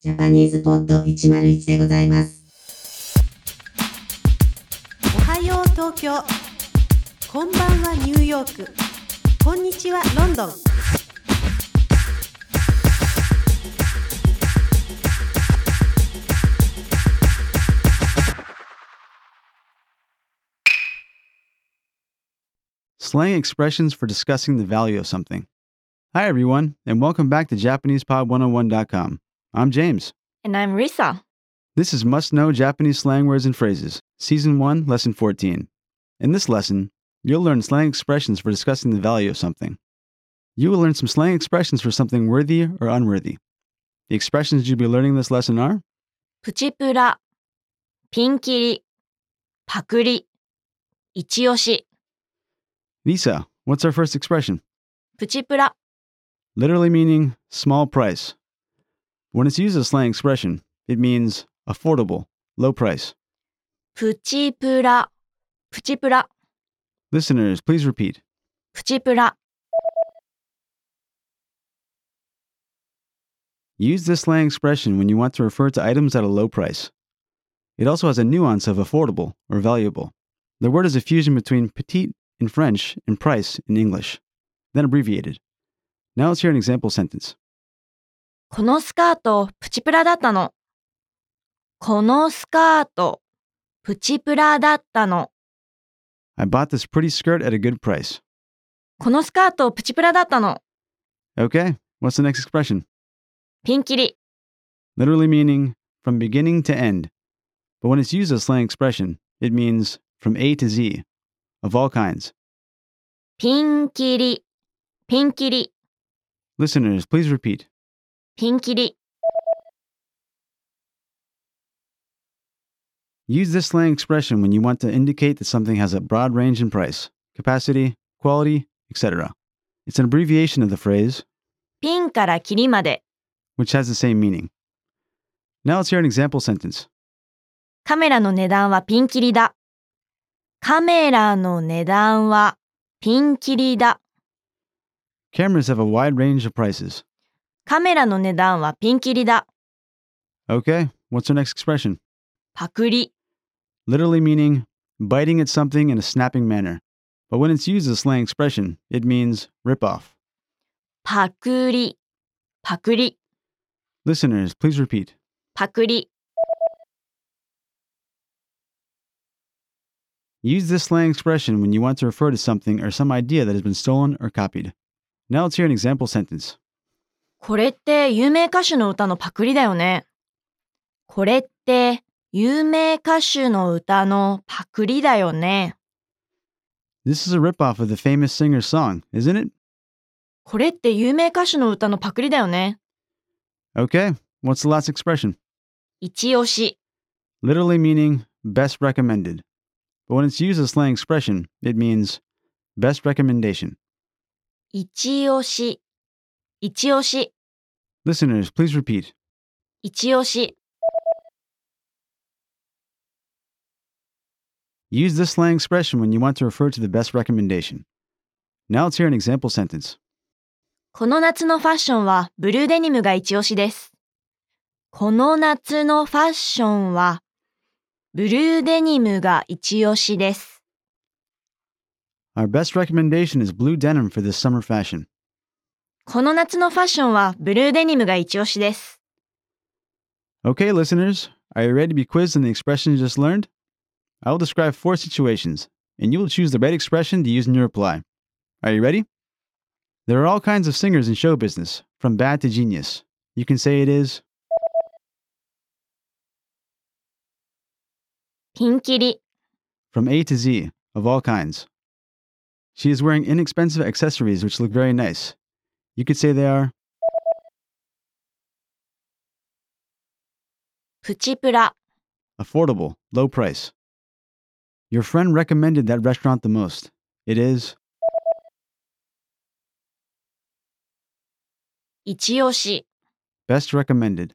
ジャパニーズポッド101でございます。おはよう東京こんばんはニューヨークこんにちはロンドン slang expressions for discussing the value of something. Hi, everyone, and welcome back to JapanesePod101.com. I'm James. And I'm Risa. This is Must Know Japanese Slang Words and Phrases, Season 1, Lesson 14. In this lesson, you'll learn slang expressions for discussing the value of something. You will learn some slang expressions for something worthy or unworthy. The expressions you'll be learning in this lesson are プチプラ、ピンキリ、パクリ、一押し、 Lisa, what's our first expression? プチプラ、 literally meaning small price. When it's used as a slang expression, it means affordable, low price. プチプラ、プチプラ、 Listeners, please repeat. プチプラ、 Use this slang expression when you want to refer to items at a low price. It also has a nuance of affordable or valuable. The word is a fusion between petite in French and price in English, then abbreviated. Now let's hear an example sentence. このスカート、プチプラだったの。このスカート、プチプラだったの。 I bought this pretty skirt at a good price. このスカート、プチプラだったの。 Okay, what's the next expression? ピンキリ、 literally meaning from beginning to end. But when it's used as a slang expression, it means from A to Z, of all kinds. ピンキリ、ピンキリ、 Listeners, please repeat. ピンキリ、 Use this slang expression when you want to indicate that something has a broad range in price, capacity, quality, etc. It's an abbreviation of the phrase, ピンからキリまで。 which has the same meaning. Now let's hear an example sentence. カメラの値段はピンキリだ。カメラの値段はピンキリだ。 Cameras have a wide range of prices. カメラの値段はピンキリだ。 Okay, what's our next expression? パクリ、 literally meaning biting at something in a snapping manner. But when it's used as a slang expression, it means ripoff. パクリ、パクリ、 Listeners, please repeat. パクリ、 Use this slang expression when you want to refer to something or some idea that has been stolen or copied. Now let's hear an example sentence. これって有名歌手の歌のパクリだよね。これって有名歌手の歌のパクリだよね。 This is a ripoff of the famous singer's song, isn't it? これって有名歌手の歌のパクリだよね。 Okay, what's the last expression? 一押し、 Literally meaning best recommended. But when it's used as a slang expression, it means best recommendation. 一押し、一押し、 Listeners, please repeat. 一押し。 Use this slang expression when you want to refer to the best recommendation. Now let's hear an example sentence. この夏のファッションはブルーデニムが一押しです。この夏のファッションはブルーデニムが一押しです。 Our best recommendation is blue denim for this summer fashion. この夏のファッションはブルーデニムが一押しです。 Okay, listeners, are you ready to be quizzed on the expression you just learned? I will describe four situations, and you will choose the right expression to use in your reply. Are you ready? There are all kinds of singers in show business, from bad to genius. You can say it is ピンキリ、 from A to Z, of all kinds. She is wearing inexpensive accessories which look very nice. You could say they are プチプラ、 affordable, low price. Your friend recommended that restaurant the most. It is 一押し、 best recommended.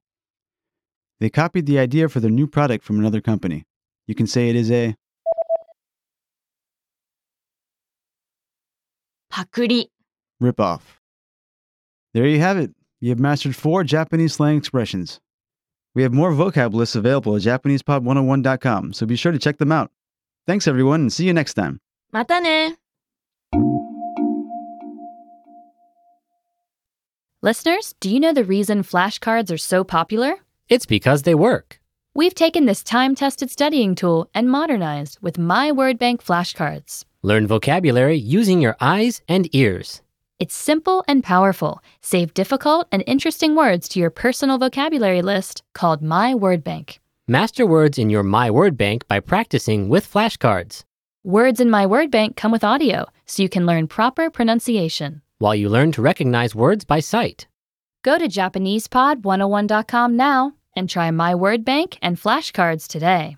They copied the idea for their new product from another company. You can say it is a パクリ。 ripoff. There you have it. You have mastered four Japanese slang expressions. We have more vocab lists available at JapanesePod101.com, so be sure to check them out. Thanks, everyone, and see you next time. またね Listeners, do you know the reason flashcards are so popular? It's because they work. We've taken this time tested studying tool and modernized with My Word Bank flashcards. Learn vocabulary using your eyes and ears. It's simple and powerful. Save difficult and interesting words to your personal vocabulary list called My Word Bank. Master words in your My Word Bank by practicing with flashcards. Words in My Word Bank come with audio, so you can learn proper pronunciation. While you learn to recognize words by sight, Go to JapanesePod101.com now and try My Word Bank and flashcards today.